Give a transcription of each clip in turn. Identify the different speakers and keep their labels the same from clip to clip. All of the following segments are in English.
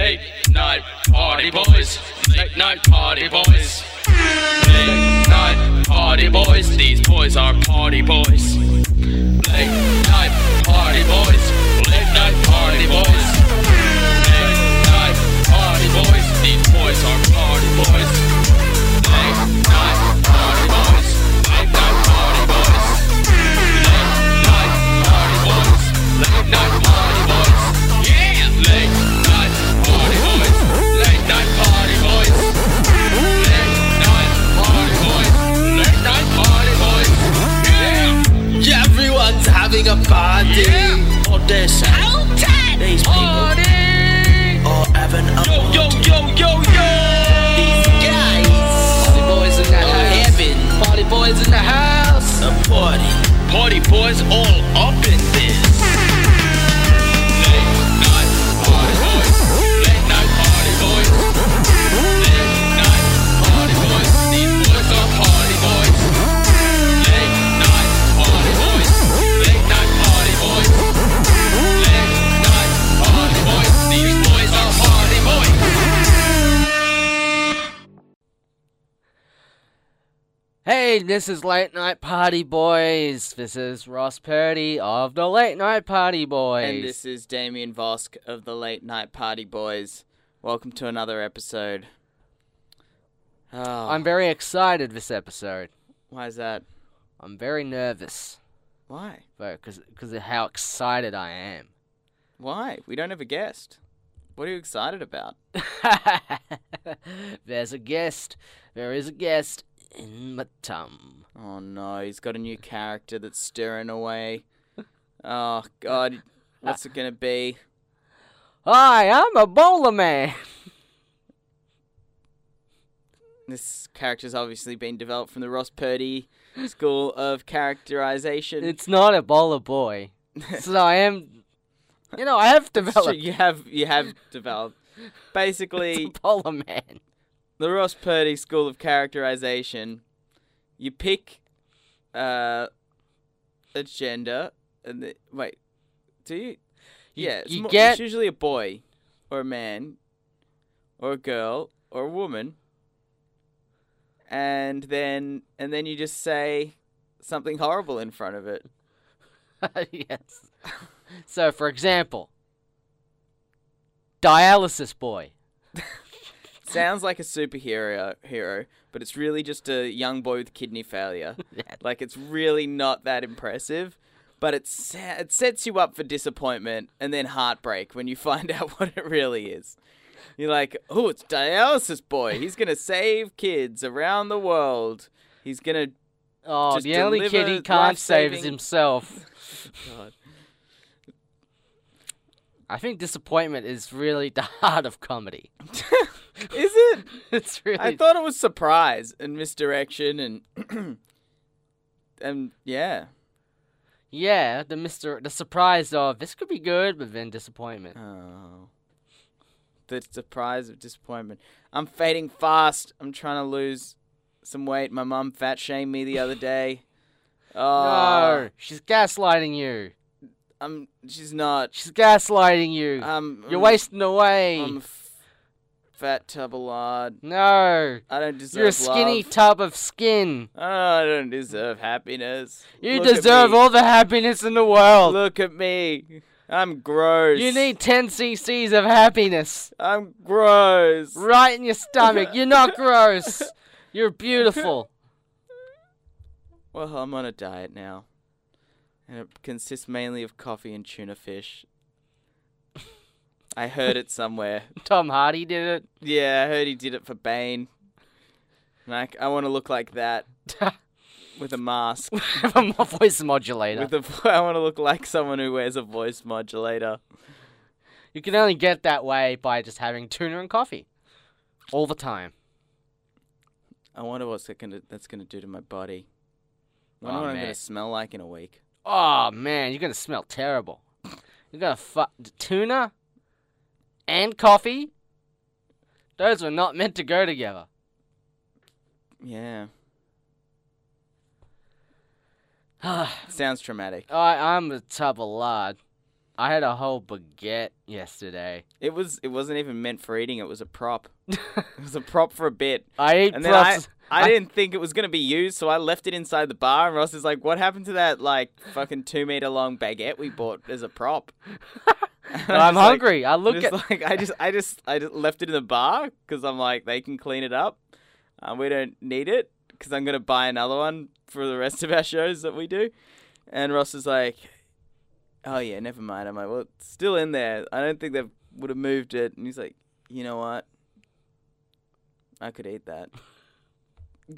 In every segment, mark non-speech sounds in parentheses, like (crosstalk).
Speaker 1: Late night party boys. Late night party boys. Late night party boys. These boys are party boys. Late night party boys. Late night party boys. Late night party boys. These boys are party boys. Late night party boys. Late night party boys. Late night party boys. Late night party boys. Yeah. Late night party boys. Late night party boys. Late night party boys. Late night party boys. Yeah.
Speaker 2: Everyone's having a party.
Speaker 1: Yeah.
Speaker 2: Or this. These people are having a
Speaker 1: Yo, yo, yo, yo, yo.
Speaker 2: These guys. Party boys in the house. Heaven. Party boys in the house. A party.
Speaker 1: Party boys all up in this. Late night party boys. Late night party boys. Late night party boys. These boys are party boys. Late night party boys. Late night party boys. Late night party boys. These boys are party boys.
Speaker 3: Hey, this is Late Night Party Boys. This is Ross Purdy of the Late Night Party Boys.
Speaker 4: And this is Damien Vosk of the Late Night Party Boys. Welcome to another episode. Oh,
Speaker 3: I'm very excited this episode.
Speaker 4: why is that?
Speaker 3: I'm very nervous
Speaker 4: Why?
Speaker 3: because of how excited I am. (laughs)
Speaker 4: Why? We don't have a guest. What are you excited about?
Speaker 3: There's a guest. There is a guest in my tum.
Speaker 4: Oh no, he's got a new character that's
Speaker 3: (laughs)
Speaker 4: stirring away. Oh god, what's it gonna be?
Speaker 3: Hi, I'm a bowler man.
Speaker 4: This character's obviously been developed from the Ross Purdy School of Characterization.
Speaker 3: It's not a bowler
Speaker 4: (laughs)
Speaker 3: boy. so I am. You know, I have
Speaker 4: It's true,
Speaker 3: developed
Speaker 4: you have you have developed. Basically,
Speaker 3: (laughs) a bowler man.
Speaker 4: the Ross Purdy School of Characterization, you pick uh, a gender, and the, wait, do you?
Speaker 3: You-
Speaker 4: yeah, it's,
Speaker 3: you
Speaker 4: mo-
Speaker 3: get-
Speaker 4: it's usually a boy, or a man, or a girl, or a woman, and then and then you just say something horrible in front of it.
Speaker 3: (laughs) yes. So, for example, dialysis boy.
Speaker 4: Sounds like a superhero hero, but it's really just a young boy with kidney failure.
Speaker 3: Yeah.
Speaker 4: Like it's really not that impressive, but it sa- it sets you up for disappointment and then heartbreak when you (laughs) find out what it really is. You're like, "Oh, it's dialysis boy. He's going to save kids around the world. He's going
Speaker 3: Oh,
Speaker 4: Just
Speaker 3: the only kid he
Speaker 4: deliver
Speaker 3: can't save is
Speaker 4: life-saving-
Speaker 3: himself.
Speaker 4: (laughs) to
Speaker 3: I think disappointment is really (laughs) the heart of comedy. (laughs)
Speaker 4: Is it?
Speaker 3: It's really.
Speaker 4: I thought it was surprise and misdirection and (clears throat) and yeah.
Speaker 3: yeah, the Mister, the surprise of this could be good, but then disappointment.
Speaker 4: Oh. The surprise of disappointment. I'm fading fast. I'm trying to lose some weight. My mum fat shamed me the other day.
Speaker 3: (laughs)
Speaker 4: Oh,
Speaker 3: no, she's gaslighting you.
Speaker 4: I'm. She's not.
Speaker 3: She's gaslighting you.
Speaker 4: Um,
Speaker 3: You're
Speaker 4: I'm-
Speaker 3: wasting away.
Speaker 4: I'm a f- fat tub of lard.
Speaker 3: no,
Speaker 4: I don't deserve.
Speaker 3: you're a skinny
Speaker 4: Love.
Speaker 3: tub of skin.
Speaker 4: Oh, I don't deserve happiness.
Speaker 3: You
Speaker 4: Look at
Speaker 3: deserve
Speaker 4: me.
Speaker 3: all the happiness in the world.
Speaker 4: Look at me. I'm gross.
Speaker 3: You need 10 cc's of happiness
Speaker 4: I'm gross.
Speaker 3: right in your stomach. You're
Speaker 4: (laughs)
Speaker 3: not gross. You're beautiful.
Speaker 4: Well, I'm on a diet now, and it consists mainly of coffee and tuna fish. I heard it somewhere.
Speaker 3: Tom Hardy did
Speaker 4: Yeah, I heard he did it for Bane. Like, I want to look like that
Speaker 3: it. (laughs)
Speaker 4: with a mask.
Speaker 3: With a mo- voice modulator.
Speaker 4: With a, vo- (laughs) I want to look like someone who wears a voice modulator.
Speaker 3: you can only get that way by just having tuna and coffee all the time.
Speaker 4: I wonder what's that gonna, that's gonna do to my body. I wonder
Speaker 3: Aw,
Speaker 4: what I'm
Speaker 3: man.
Speaker 4: gonna smell like in a week.
Speaker 3: Oh man, you're gonna smell terrible. You're gonna fu- tuna and coffee. Those were not meant to go together. (sighs)
Speaker 4: Yeah,
Speaker 3: I, Ah.
Speaker 4: sounds traumatic.
Speaker 3: Oh, I'm a tub of lard. I had a whole baguette yesterday.
Speaker 4: It was. It wasn't even meant for eating. It was a prop. It was a prop for a bit.
Speaker 3: I eat
Speaker 4: And then I, (laughs)
Speaker 3: props.
Speaker 4: I didn't think it was gonna be used, so I left it inside the bar. And Ross is like, "What happened to that like fucking two meter long baguette we bought as a prop?" (laughs)
Speaker 3: (laughs)
Speaker 4: And
Speaker 3: No, I'm
Speaker 4: just like-
Speaker 3: hungry. I look
Speaker 4: just
Speaker 3: at
Speaker 4: (laughs) like I just I just I just left it in the bar because I'm like they can clean it up. Um, we don't need it because I'm gonna buy another one for the rest of our shows that we do. And Ross is like, "Oh yeah, never mind." I'm like, "Well, it's still in there. I don't think they would have moved it." And he's like, "You know what? I could eat that."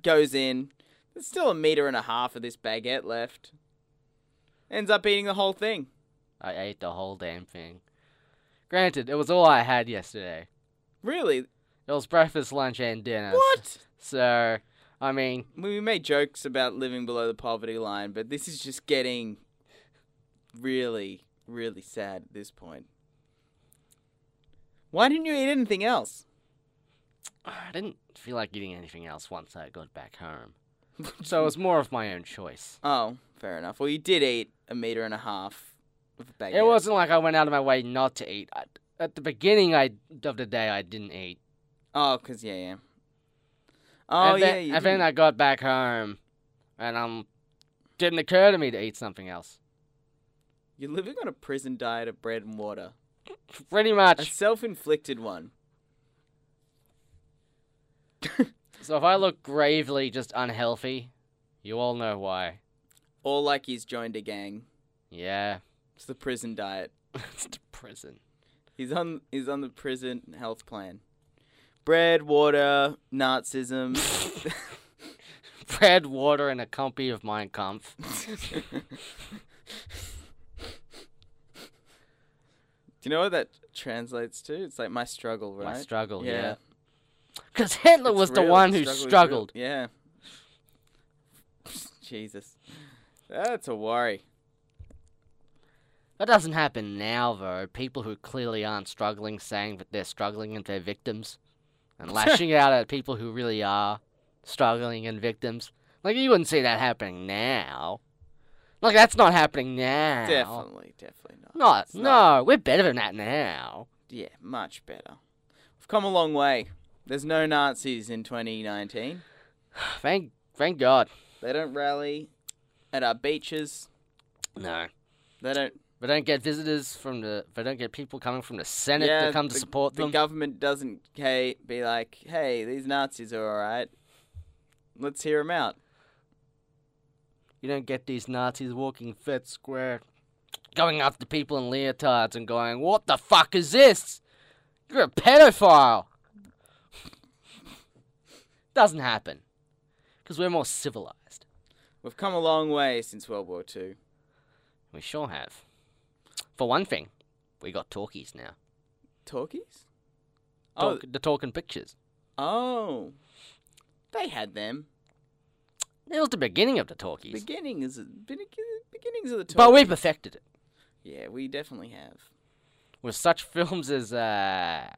Speaker 4: Goes in. There's still a meter and a half of this baguette left. Ends up eating the whole thing.
Speaker 3: I ate the whole damn thing. Granted, it was all I had yesterday.
Speaker 4: Really?
Speaker 3: It was breakfast, lunch, and dinner.
Speaker 4: What?
Speaker 3: So, I mean,
Speaker 4: we made jokes about living below the poverty line, but this is just getting really, really sad at this point. Why didn't you eat anything else?
Speaker 3: I didn't feel like eating anything else once I got back
Speaker 4: (laughs)
Speaker 3: home. so it was more of my own choice.
Speaker 4: Oh, fair enough. Well, you did eat a meter and a half of a baguette.
Speaker 3: It wasn't like I went out of my way not to eat. I, at the beginning I, of the day, I didn't eat.
Speaker 4: Oh, cause yeah, yeah. Oh
Speaker 3: and
Speaker 4: yeah.
Speaker 3: then,
Speaker 4: you
Speaker 3: and then
Speaker 4: didn't-
Speaker 3: I got back home, and um, didn't occur to me to eat something else.
Speaker 4: You're living on a prison diet of bread and water.
Speaker 3: Pretty
Speaker 4: A
Speaker 3: much.
Speaker 4: self-inflicted one.
Speaker 3: So if I look gravely just unhealthy, you all know why.
Speaker 4: Or like he's joined a gang.
Speaker 3: Yeah, (laughs)
Speaker 4: It's the prison diet.
Speaker 3: it's the prison.
Speaker 4: He's on he's on the prison health plan. Bread, water, Nazism.
Speaker 3: Bread, water, and a copy of Mein Kampf.
Speaker 4: Do you know what that translates to? It's like my struggle, right?
Speaker 3: My struggle,
Speaker 4: Yeah.
Speaker 3: yeah. Because Hitler
Speaker 4: It's
Speaker 3: was the
Speaker 4: real.
Speaker 3: one who
Speaker 4: Struggle is real.
Speaker 3: struggled.
Speaker 4: Yeah. (laughs) Jesus. That's a worry.
Speaker 3: That doesn't happen now, though. People who clearly aren't struggling saying that they're struggling and they're victims,
Speaker 4: (laughs)
Speaker 3: and lashing out at people who really are struggling and victims. Like you wouldn't see that happening now. Like that's not happening now.
Speaker 4: Definitely, definitely not.
Speaker 3: Not.
Speaker 4: It's
Speaker 3: No,
Speaker 4: not-
Speaker 3: we're better than that now.
Speaker 4: Yeah, much better. We've come a long way. There's no Nazis in 2019.
Speaker 3: Thank, thank God.
Speaker 4: They don't rally at our beaches.
Speaker 3: No,
Speaker 4: They don't
Speaker 3: they don't get visitors from the. They don't get people coming from the Senate
Speaker 4: yeah,
Speaker 3: to come to
Speaker 4: the-
Speaker 3: support
Speaker 4: the
Speaker 3: them.
Speaker 4: government doesn't hey, be like, hey, these Nazis are all right. Let's hear them out.
Speaker 3: You don't get these Nazis walking Fed Square, going after people in leotards and going, "What the fuck is this? You're a pedophile." Doesn't happen, because we're more civilized.
Speaker 4: We've come a long way since World War Two.
Speaker 3: We sure have. For one thing, we got talkies now.
Speaker 4: Talkies?
Speaker 3: Talk, The talking pictures.
Speaker 4: Oh, oh, they had them.
Speaker 3: It was the beginning of the talkies,
Speaker 4: Beginnings, begin- beginnings of the talkies.
Speaker 3: but we perfected it
Speaker 4: yeah, we definitely have
Speaker 3: with such films as uh,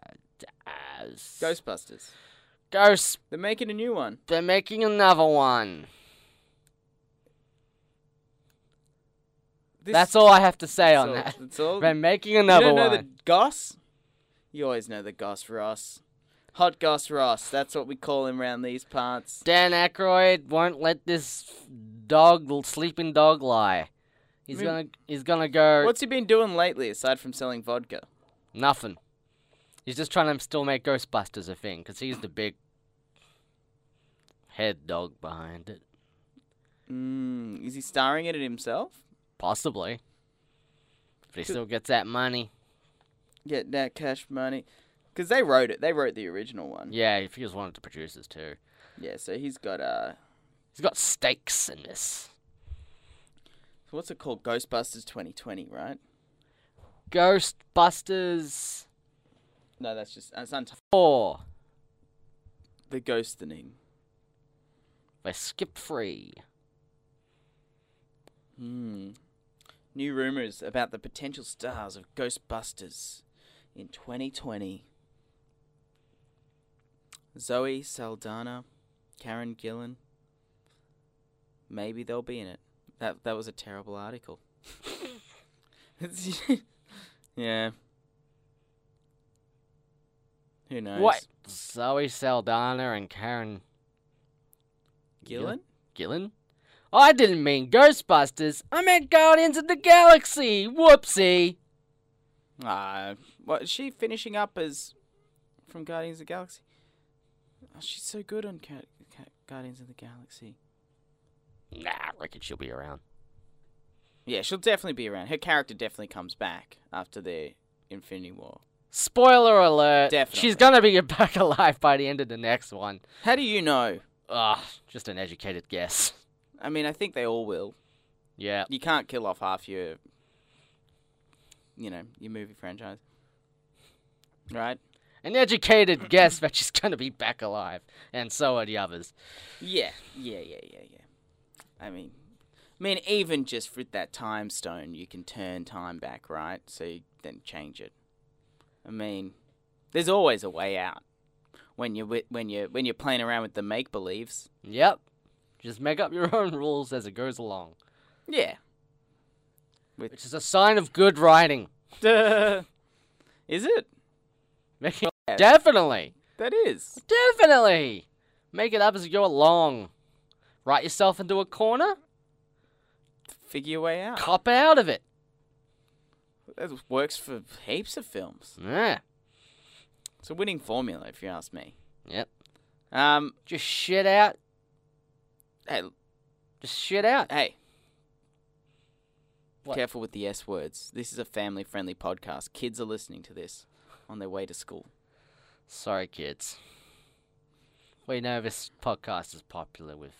Speaker 3: as
Speaker 4: Ghostbusters.
Speaker 3: Ghost.
Speaker 4: They're making a new one.
Speaker 3: They're making another one.
Speaker 4: This,
Speaker 3: That's all I have to say
Speaker 4: that's
Speaker 3: on
Speaker 4: all- (laughs)
Speaker 3: that.
Speaker 4: That's all.
Speaker 3: They're making
Speaker 4: you
Speaker 3: another
Speaker 4: don't know
Speaker 3: one.
Speaker 4: the Goss? You always know the Goss Ross. Hot Goss Ross. That's what we call him round these parts.
Speaker 3: Dan Aykroyd won't let this f- dog, l- sleeping dog, lie. He's
Speaker 4: I mean-
Speaker 3: gonna, he's gonna go
Speaker 4: What's he been doing lately aside from selling vodka?
Speaker 3: nothing. He's just trying to still make Ghostbusters a thing, 'cause he's the big head dog behind it.
Speaker 4: Mm, is he starring in it himself?
Speaker 3: Possibly, but he
Speaker 4: Good.
Speaker 3: still gets that money.
Speaker 4: Get that cash money. Because they wrote it. They wrote the original one. Yeah,
Speaker 3: Yeah, if he was one of the producers too.
Speaker 4: so he's got, uh,
Speaker 3: He's got stakes in this.
Speaker 4: what's it called? Ghostbusters 2020, right?
Speaker 3: Ghostbusters
Speaker 4: No, that's just, it's unt-
Speaker 3: four.
Speaker 4: The Ghostening.
Speaker 3: They skip free.
Speaker 4: Hmm. New rumours about the potential stars of Ghostbusters in 2020. Zoe Saldana, Karen Gillan. Maybe they'll be in it. That that was a terrible article. It's- (laughs) Yeah. Who knows?
Speaker 3: What? Zoe Saldana and Karen
Speaker 4: Gillen?
Speaker 3: Gillan? Oh, I didn't mean Ghostbusters. I meant Guardians of the Galaxy. Whoopsie.
Speaker 4: Ah, what is she finishing up as from Guardians of the Galaxy? Oh, she's so good on Ca- Ca- Guardians of the Galaxy.
Speaker 3: Nah, I reckon she'll be around.
Speaker 4: Yeah, she'll definitely be around. Her character definitely comes back after the Infinity War.
Speaker 3: Spoiler alert.
Speaker 4: Definitely.
Speaker 3: She's gonna be (laughs) back alive by the end of the next one.
Speaker 4: How do you know?
Speaker 3: Ugh, just an educated guess. (laughs)
Speaker 4: I mean, I think they all will.
Speaker 3: Yeah.
Speaker 4: You can't kill off half your, you know, your movie franchise, right?
Speaker 3: An
Speaker 4: (laughs)
Speaker 3: educated guess that she's gonna be back alive. And so are the others.
Speaker 4: Yeah, yeah, yeah, yeah, yeah. I mean, I mean, even just with that time stone, you can turn time back, right? So you then change it. I mean, there's always a way out when you wi- when you when you're playing around with the make believes.
Speaker 3: Yep. Just make up your own rules as it goes along.
Speaker 4: Yeah. (laughs)
Speaker 3: Which is a sign of good writing. (laughs)
Speaker 4: is it?
Speaker 3: Making
Speaker 4: Yeah.
Speaker 3: Definitely.
Speaker 4: That is.
Speaker 3: Definitely. Make it up as you go along. Write yourself into a corner,
Speaker 4: Figure your way out.
Speaker 3: cop out of it.
Speaker 4: That works for heaps of films.
Speaker 3: Yeah.
Speaker 4: It's a winning formula, if you ask me.
Speaker 3: Yep.
Speaker 4: Um,
Speaker 3: Just shit out.
Speaker 4: hey,
Speaker 3: Just shit out.
Speaker 4: hey.
Speaker 3: What?
Speaker 4: Careful with the S words. This is a family friendly podcast. Kids are listening to this on their way to school.
Speaker 3: Sorry, kids. We know this podcast is popular with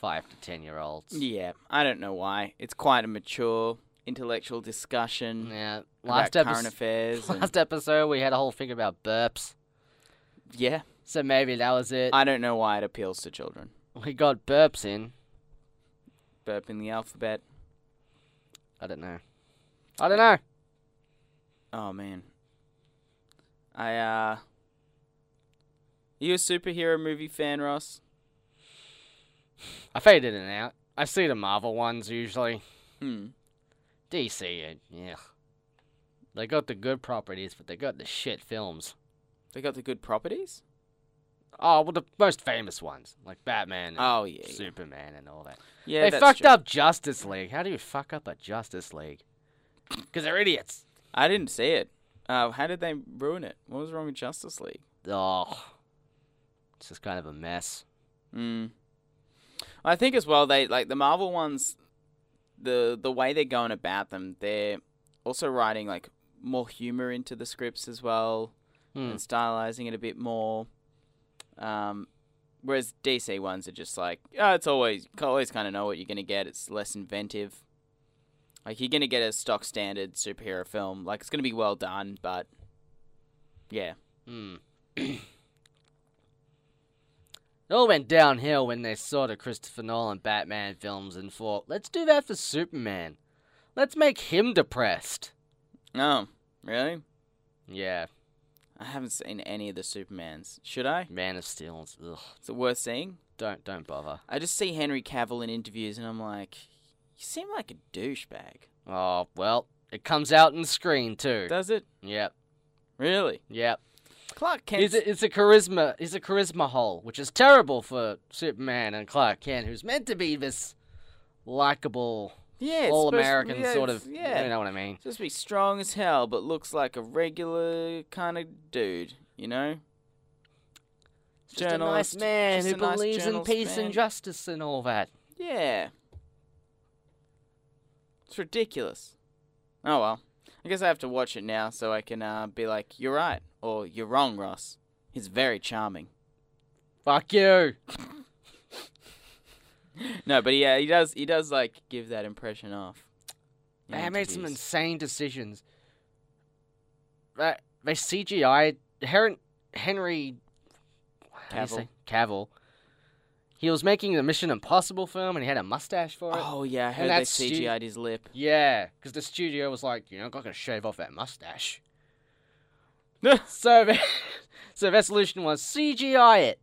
Speaker 3: five to ten year olds.
Speaker 4: Yeah, I don't know why. It's quite a mature intellectual discussion
Speaker 3: Yeah.
Speaker 4: about
Speaker 3: Last,
Speaker 4: current
Speaker 3: (laughs) episode.
Speaker 4: affairs. and-
Speaker 3: last episode, we had a whole thing about burps.
Speaker 4: yeah,
Speaker 3: So maybe that was it.
Speaker 4: I don't know why it appeals to children.
Speaker 3: we got burps in.
Speaker 4: Burp in the alphabet.
Speaker 3: I don't know. I don't know.
Speaker 4: Oh man. I uh you a superhero movie fan, Ross?
Speaker 3: I faded in and out. I see the Marvel ones usually.
Speaker 4: Hmm.
Speaker 3: DC, uh, yeah. They got the good properties, but they got the shit films.
Speaker 4: They got the good properties?
Speaker 3: Oh, well, the most famous ones, like Batman and
Speaker 4: Oh yeah. Yeah,
Speaker 3: Superman and all that.
Speaker 4: yeah
Speaker 3: they
Speaker 4: that's
Speaker 3: fucked
Speaker 4: true.
Speaker 3: up Justice League. How do you fuck up a Justice League? Because they're idiots.
Speaker 4: I didn't see it. Uh, how did they ruin it? What was wrong with Justice League?
Speaker 3: Oh. It's just kind of a mess.
Speaker 4: Mm. I think as well they like the Marvel ones the the way they're going about them, they're also writing like more humor into the scripts as well
Speaker 3: Hmm.
Speaker 4: and stylizing it a bit more. Um whereas DC ones are just like, oh, it's always you always kind of know what you're going to get. It's less inventive. Like you're going to get a stock standard superhero film. Like it's going to be well done, but yeah.
Speaker 3: Hmm. (clears throat) it all went downhill when they saw the Christopher Nolan Batman films and thought, let's do that for Superman. Let's make him depressed.
Speaker 4: Oh, really?
Speaker 3: Yeah,
Speaker 4: I haven't seen any of the Supermans. Should I?
Speaker 3: Man of Steel. Ugh,
Speaker 4: Is it worth seeing?
Speaker 3: don't don't bother.
Speaker 4: I just see Henry Cavill in interviews and I'm like, you seem like a douchebag.
Speaker 3: Oh well, it comes out in screen too.
Speaker 4: Does it?
Speaker 3: Yep,
Speaker 4: Really?
Speaker 3: yep.
Speaker 4: Clark Kent.
Speaker 3: It's a, it's a charisma. It's a charisma hole, which is terrible for Superman and Clark Kent, who's meant to be this likable,
Speaker 4: Yeah, it's
Speaker 3: all
Speaker 4: supposed-
Speaker 3: American
Speaker 4: yeah,
Speaker 3: sort
Speaker 4: it's-
Speaker 3: of.
Speaker 4: Yeah.
Speaker 3: You know what I mean?
Speaker 4: Just be strong as hell, but looks like a regular kind of dude, you know?
Speaker 3: Just a nice
Speaker 4: Journalist.
Speaker 3: man
Speaker 4: Just
Speaker 3: who
Speaker 4: a nice
Speaker 3: believes in
Speaker 4: journalist
Speaker 3: peace
Speaker 4: man.
Speaker 3: and justice and all that.
Speaker 4: Yeah. It's ridiculous. Oh well. I guess I have to watch it now so I can uh, be like, you're right, or you're wrong, Ross. He's very charming.
Speaker 3: Fuck you.
Speaker 4: No, but yeah, he does. He does like give that impression off. in
Speaker 3: They made some
Speaker 4: interviews.
Speaker 3: insane decisions. That they CGI Heron, Henry how do you say- Cavill. He was making the Mission Impossible film, and he had a mustache for it.
Speaker 4: Oh yeah, I
Speaker 3: And
Speaker 4: heard they
Speaker 3: that's stu-
Speaker 4: CGI'd his lip.
Speaker 3: Yeah, because the studio was like, you know, I'm not gonna shave off that
Speaker 4: (laughs)
Speaker 3: mustache. (laughs) so, the- so their solution was CGI it,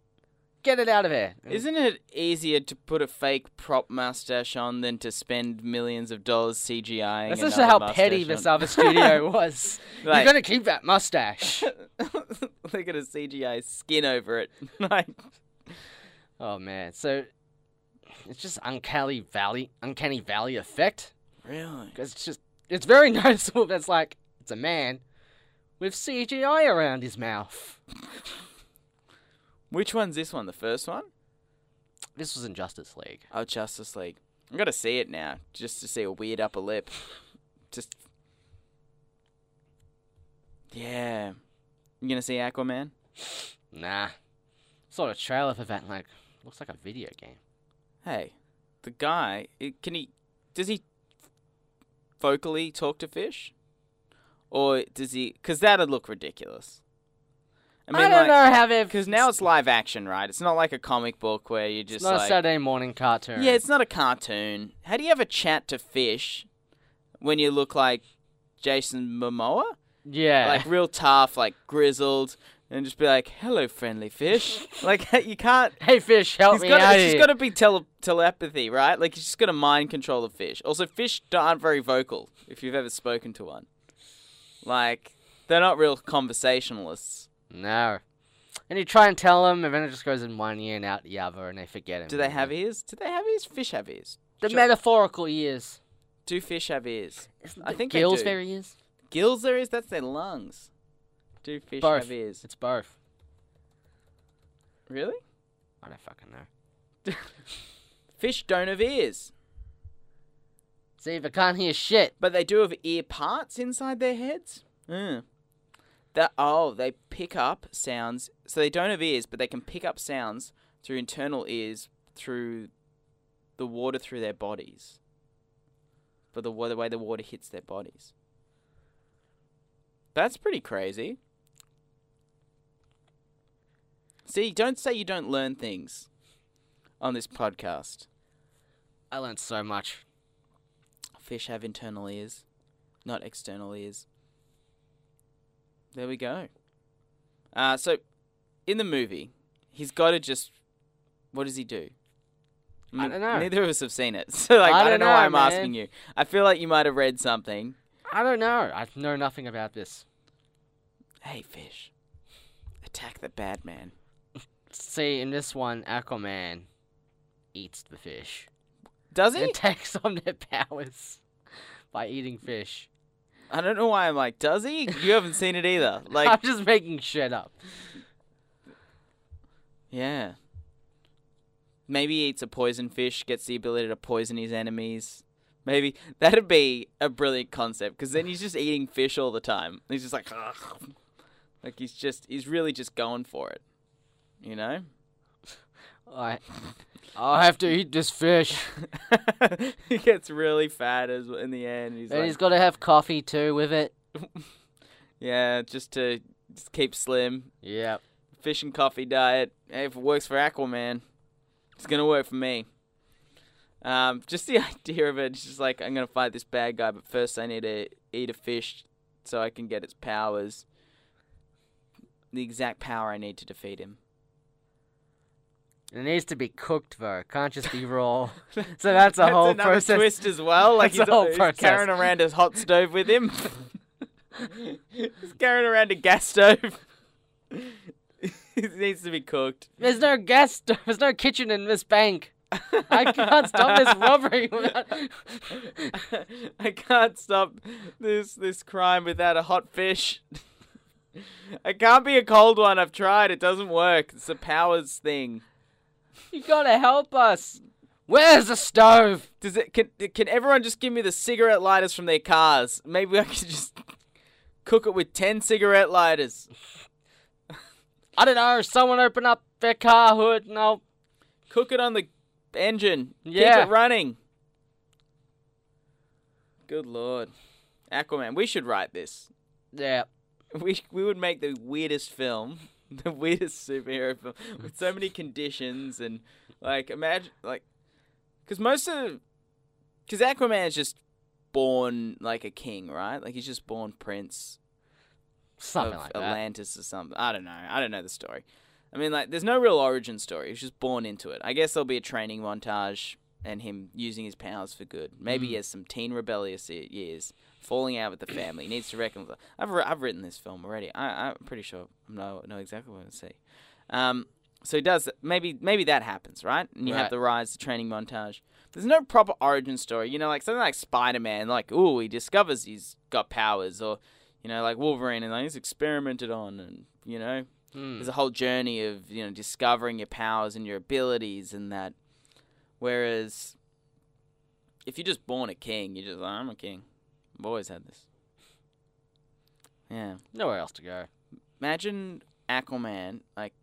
Speaker 3: Get it out of here.
Speaker 4: Isn't it easier to put a fake prop mustache on than to spend millions of dollars CGIing?
Speaker 3: That's just
Speaker 4: another
Speaker 3: how
Speaker 4: mustache
Speaker 3: petty
Speaker 4: on?
Speaker 3: this other
Speaker 4: (laughs)
Speaker 3: studio (laughs) was.
Speaker 4: Like-
Speaker 3: You're gonna keep that mustache.
Speaker 4: They're gonna CGI skin over it. (laughs) like,
Speaker 3: oh man, so it's just uncanny valley, uncanny valley effect.
Speaker 4: really?
Speaker 3: 'Cause it's just it's very (laughs) noticeable. That's like it's a man with CGI around his mouth.
Speaker 4: Which one's this one? The first one?
Speaker 3: This was in Justice League.
Speaker 4: Oh, Justice League. I'm gonna see it now, just to see a weird upper lip. Just, yeah. You gonna see Aquaman?
Speaker 3: Nah, saw a trailer for that. and, Like looks like a video game.
Speaker 4: Hey, the guy. i- Can he? Does he vocally talk to fish, or does he? Because that'd look ridiculous.
Speaker 3: I, don't
Speaker 4: (laughs)
Speaker 3: know how they've
Speaker 4: Because now it's live action, right? It's not like a comic book where you just
Speaker 3: it's not a
Speaker 4: like-
Speaker 3: Saturday morning cartoon.
Speaker 4: yeah, it's not a cartoon. How do you ever chat to fish when you look like Jason Momoa,
Speaker 3: yeah.
Speaker 4: like real tough, like grizzled, and just be like, "Hello,
Speaker 3: (laughs)
Speaker 4: friendly fish." like (laughs) you can't.
Speaker 3: (laughs) hey fish, help
Speaker 4: He's
Speaker 3: me
Speaker 4: got.
Speaker 3: out
Speaker 4: It's just
Speaker 3: here.
Speaker 4: got to be tele- telepathy, right? Like he's just got to mind control of fish. Also, fish aren't very vocal. If you've ever spoken to one, like they're not real conversationalists.
Speaker 3: No. And you try and tell them, and then it just goes in one ear and out the other, and they forget it.
Speaker 4: Do they have ears? Do they have ears? Fish have ears.
Speaker 3: The
Speaker 4: Sure.
Speaker 3: metaphorical ears.
Speaker 4: Do fish have ears?
Speaker 3: Isn't
Speaker 4: I
Speaker 3: the
Speaker 4: think they
Speaker 3: gills
Speaker 4: do.
Speaker 3: their ears?
Speaker 4: Gills there is? That's their lungs. Do fish
Speaker 3: Both.
Speaker 4: have ears?
Speaker 3: It's both.
Speaker 4: Really?
Speaker 3: I don't fucking know.
Speaker 4: Fish don't have ears,
Speaker 3: See, if I can't hear shit,
Speaker 4: but they do have ear parts inside their heads. Mm. That oh, they pick up sounds. So they don't have ears, but they can pick up sounds through internal ears through the water through their bodies. But the, wa- the way the water hits their bodies. That's pretty crazy. See, don't say you don't learn things on this podcast.
Speaker 3: I learned so much.
Speaker 4: Fish have internal ears, not external ears. There we go. Uh, so, in the movie, he's got to just. What does he do?
Speaker 3: I
Speaker 4: mean,
Speaker 3: don't know.
Speaker 4: Neither of us have seen it, (laughs) so like, I,
Speaker 3: I
Speaker 4: don't
Speaker 3: don't
Speaker 4: know, why
Speaker 3: know,
Speaker 4: I'm asking
Speaker 3: man.
Speaker 4: you. I feel like you might have read something.
Speaker 3: I don't know. I know nothing about this.
Speaker 4: Hey, fish, attack the bad man.
Speaker 3: See, in this one, Aquaman eats the fish
Speaker 4: Does he?
Speaker 3: and takes (laughs) on their powers by eating fish.
Speaker 4: I don't know why I'm like, does he? You haven't seen
Speaker 3: (laughs)
Speaker 4: it either.
Speaker 3: I'm
Speaker 4: Like,
Speaker 3: just making shit up.
Speaker 4: yeah. Maybe he eats a poison fish, gets the ability to poison his enemies. Maybe (laughs) that'd be a brilliant concept because then he's just eating fish all the time. He's just like, "Ugh." like he's just he's really just going for it, you know. (laughs)
Speaker 3: I, I'll have to eat this fish.
Speaker 4: he gets really fat as in the end. (laughs) He's
Speaker 3: and
Speaker 4: like,
Speaker 3: he's got to have coffee too with it.
Speaker 4: yeah, just to just keep slim.
Speaker 3: Yep.
Speaker 4: Fish and coffee diet. Hey, if it works for Aquaman, it's gonna work for me. Um, just the (laughs) idea of it, it's just like I'm gonna fight this bad guy, but first I need to eat a fish so I can get its powers. The exact power I need to defeat (laughs) him.
Speaker 3: It needs to be cooked though. It can't just be raw. (laughs) so that's a
Speaker 4: That's
Speaker 3: whole
Speaker 4: another
Speaker 3: process.
Speaker 4: twist as well. Like
Speaker 3: That's
Speaker 4: he's,
Speaker 3: a whole
Speaker 4: he's
Speaker 3: process.
Speaker 4: carrying around his hot stove
Speaker 3: (laughs)
Speaker 4: with him. (laughs) he's carrying around a gas stove. (laughs) it needs to be cooked.
Speaker 3: There's no gas. stove- (laughs) There's no kitchen in this bank. I can't stop
Speaker 4: (laughs)
Speaker 3: this robbery. Without...
Speaker 4: I can't stop this this crime without a hot fish. (laughs) I can't be a cold one. I've tried. It doesn't work. It's a powers thing.
Speaker 3: you gotta help us. Where's the stove?
Speaker 4: Does it? Can can everyone just give me the cigarette lighters from their cars? Maybe I could just cook it with ten cigarette lighters.
Speaker 3: I don't know. Someone open up their car hood. No.
Speaker 4: Cook it on the engine.
Speaker 3: Yeah.
Speaker 4: Keep it running. Good lord, Aquaman. We should write this.
Speaker 3: Yeah.
Speaker 4: (laughs) we we would make the weirdest film, (laughs) the weirdest superhero film with so many conditions and like imagine like because most of because Aquaman is just born like a king, right? Like he's just born prince
Speaker 3: Something
Speaker 4: of
Speaker 3: like that.
Speaker 4: Atlantis or something. I don't know. I don't know the story. I mean, like, there's no real origin story. He's just born into it. I guess there'll be a training montage and him using his powers for good. Maybe
Speaker 3: Hmm.
Speaker 4: he has some teen rebellious ye- years, falling out with the family. needs to reconcile. I've wri- I've written this film already. I I'm pretty sure I know know exactly what I see. Um, so he does. Maybe maybe that happens, right? And you
Speaker 3: Right.
Speaker 4: have the rise, the training montage. There's no proper origin story. You know, like something like Spider Man. Like, ooh, he discovers he's got powers, or you know, like Wolverine, and like, he's experimented on, and you know,
Speaker 3: Hmm.
Speaker 4: there's a whole journey of you know discovering your powers and your abilities and that whereas if you're just born a king you're just like i'm a king i've always had this yeah
Speaker 3: Nowhere else to go.
Speaker 4: imagine aquaman like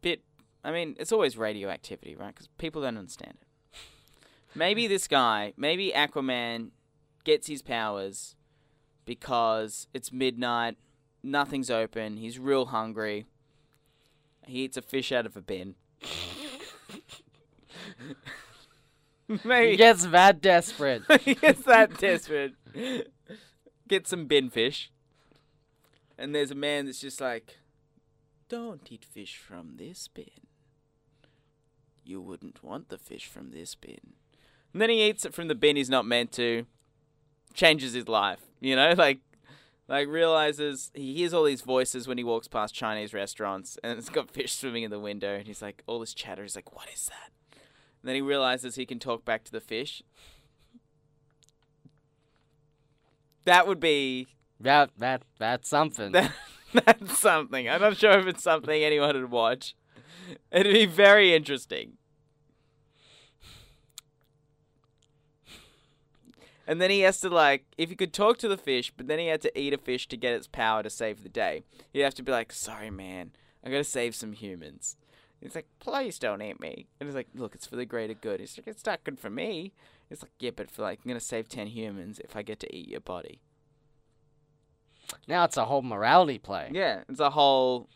Speaker 4: bit i mean it's always radioactivity right because people don't understand it maybe this guy maybe aquaman gets his powers because it's midnight nothing's open he's real hungry he eats a fish out of a bin
Speaker 3: He
Speaker 4: maybe
Speaker 3: gets that
Speaker 4: (laughs)
Speaker 3: desperate.
Speaker 4: he gets that desperate. Get some bin fish. And there's a man that's just like, don't eat fish from this bin. You wouldn't want the fish from this bin. And then he eats it from the bin he's not meant to. Changes his life, you know, (laughs) like, like realizes he hears all these voices when he walks past Chinese restaurants, and it's got fish swimming in the window, and he's like, all this chatter is like, what is that? And then he realizes he can talk back to the fish, That would be (laughs)
Speaker 3: that that that's something.
Speaker 4: that, that's something. I'm not sure if it's something anyone would watch. It'd be very interesting. And then he has to like if he could talk to the fish, but then he had to eat a fish to get its power to save the day. He'd have to be like, "Sorry, man, I gotta save some humans." He's like, "Please don't eat me." And he's like, "Look, it's for the greater good." He's like, "It's not good for me." It's like, "Yeah, but for like, I'm gonna save ten humans if I get to eat your body."
Speaker 3: Now it's a whole morality play.
Speaker 4: Yeah, it's a whole.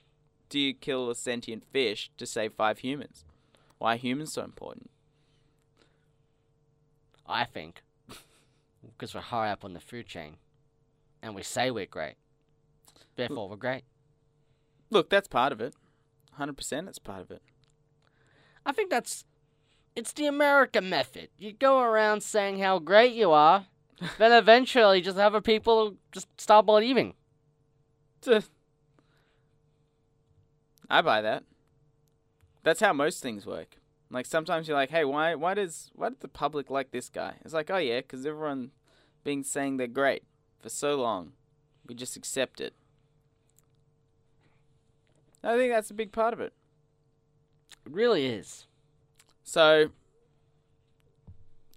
Speaker 4: Do you kill a sentient fish to save five humans? Why are humans so important?
Speaker 3: I think, because we're high up on the food chain, and we say we're great. Therefore, we're great.
Speaker 4: Look, that's part of it. Hundred percent, that's part of it.
Speaker 3: I think that's it's the America method. You go around saying how great you
Speaker 4: (laughs)
Speaker 3: are, then eventually just have people just start believing.
Speaker 4: Tuh. I buy that. That's how most things work. Like sometimes you're like, hey, why, why does, why did the public like this guy? It's like, oh yeah, because everyone been saying they're great for so long, we just accept it. I think that's a big part of it.
Speaker 3: It really is.
Speaker 4: So,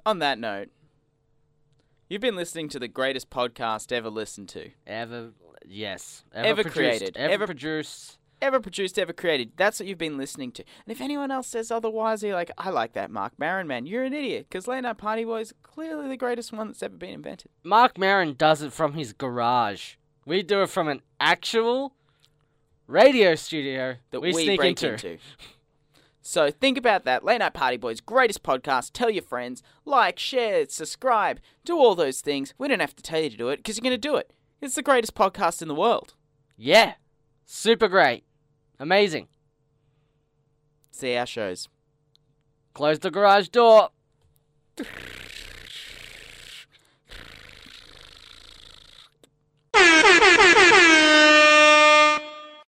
Speaker 4: on that note, you've been listening to the greatest podcast ever listened to,
Speaker 3: Ever yes.
Speaker 4: Ever
Speaker 3: produced,
Speaker 4: created,
Speaker 3: Ever,
Speaker 4: ever-
Speaker 3: produced.
Speaker 4: ever produced, ever created. That's what you've been listening to. And if anyone else says otherwise, you're like, I like that Mark Maron man. You're an idiot because Late Night Party Boy is clearly the greatest one that's ever been invented.
Speaker 3: Mark Maron does it from his garage. We do it from an actual radio studio
Speaker 4: That
Speaker 3: we,
Speaker 4: we,
Speaker 3: sneak
Speaker 4: break
Speaker 3: into.
Speaker 4: into. So think about that. Late Night Party Boy's greatest podcast. Tell your friends, like, share, subscribe, do all those things. We don't have to tell you to do it because you're going to do it. It's the greatest podcast in the world.
Speaker 3: Yeah. Super great. Amazing.
Speaker 4: See our shows.
Speaker 3: Close the garage door.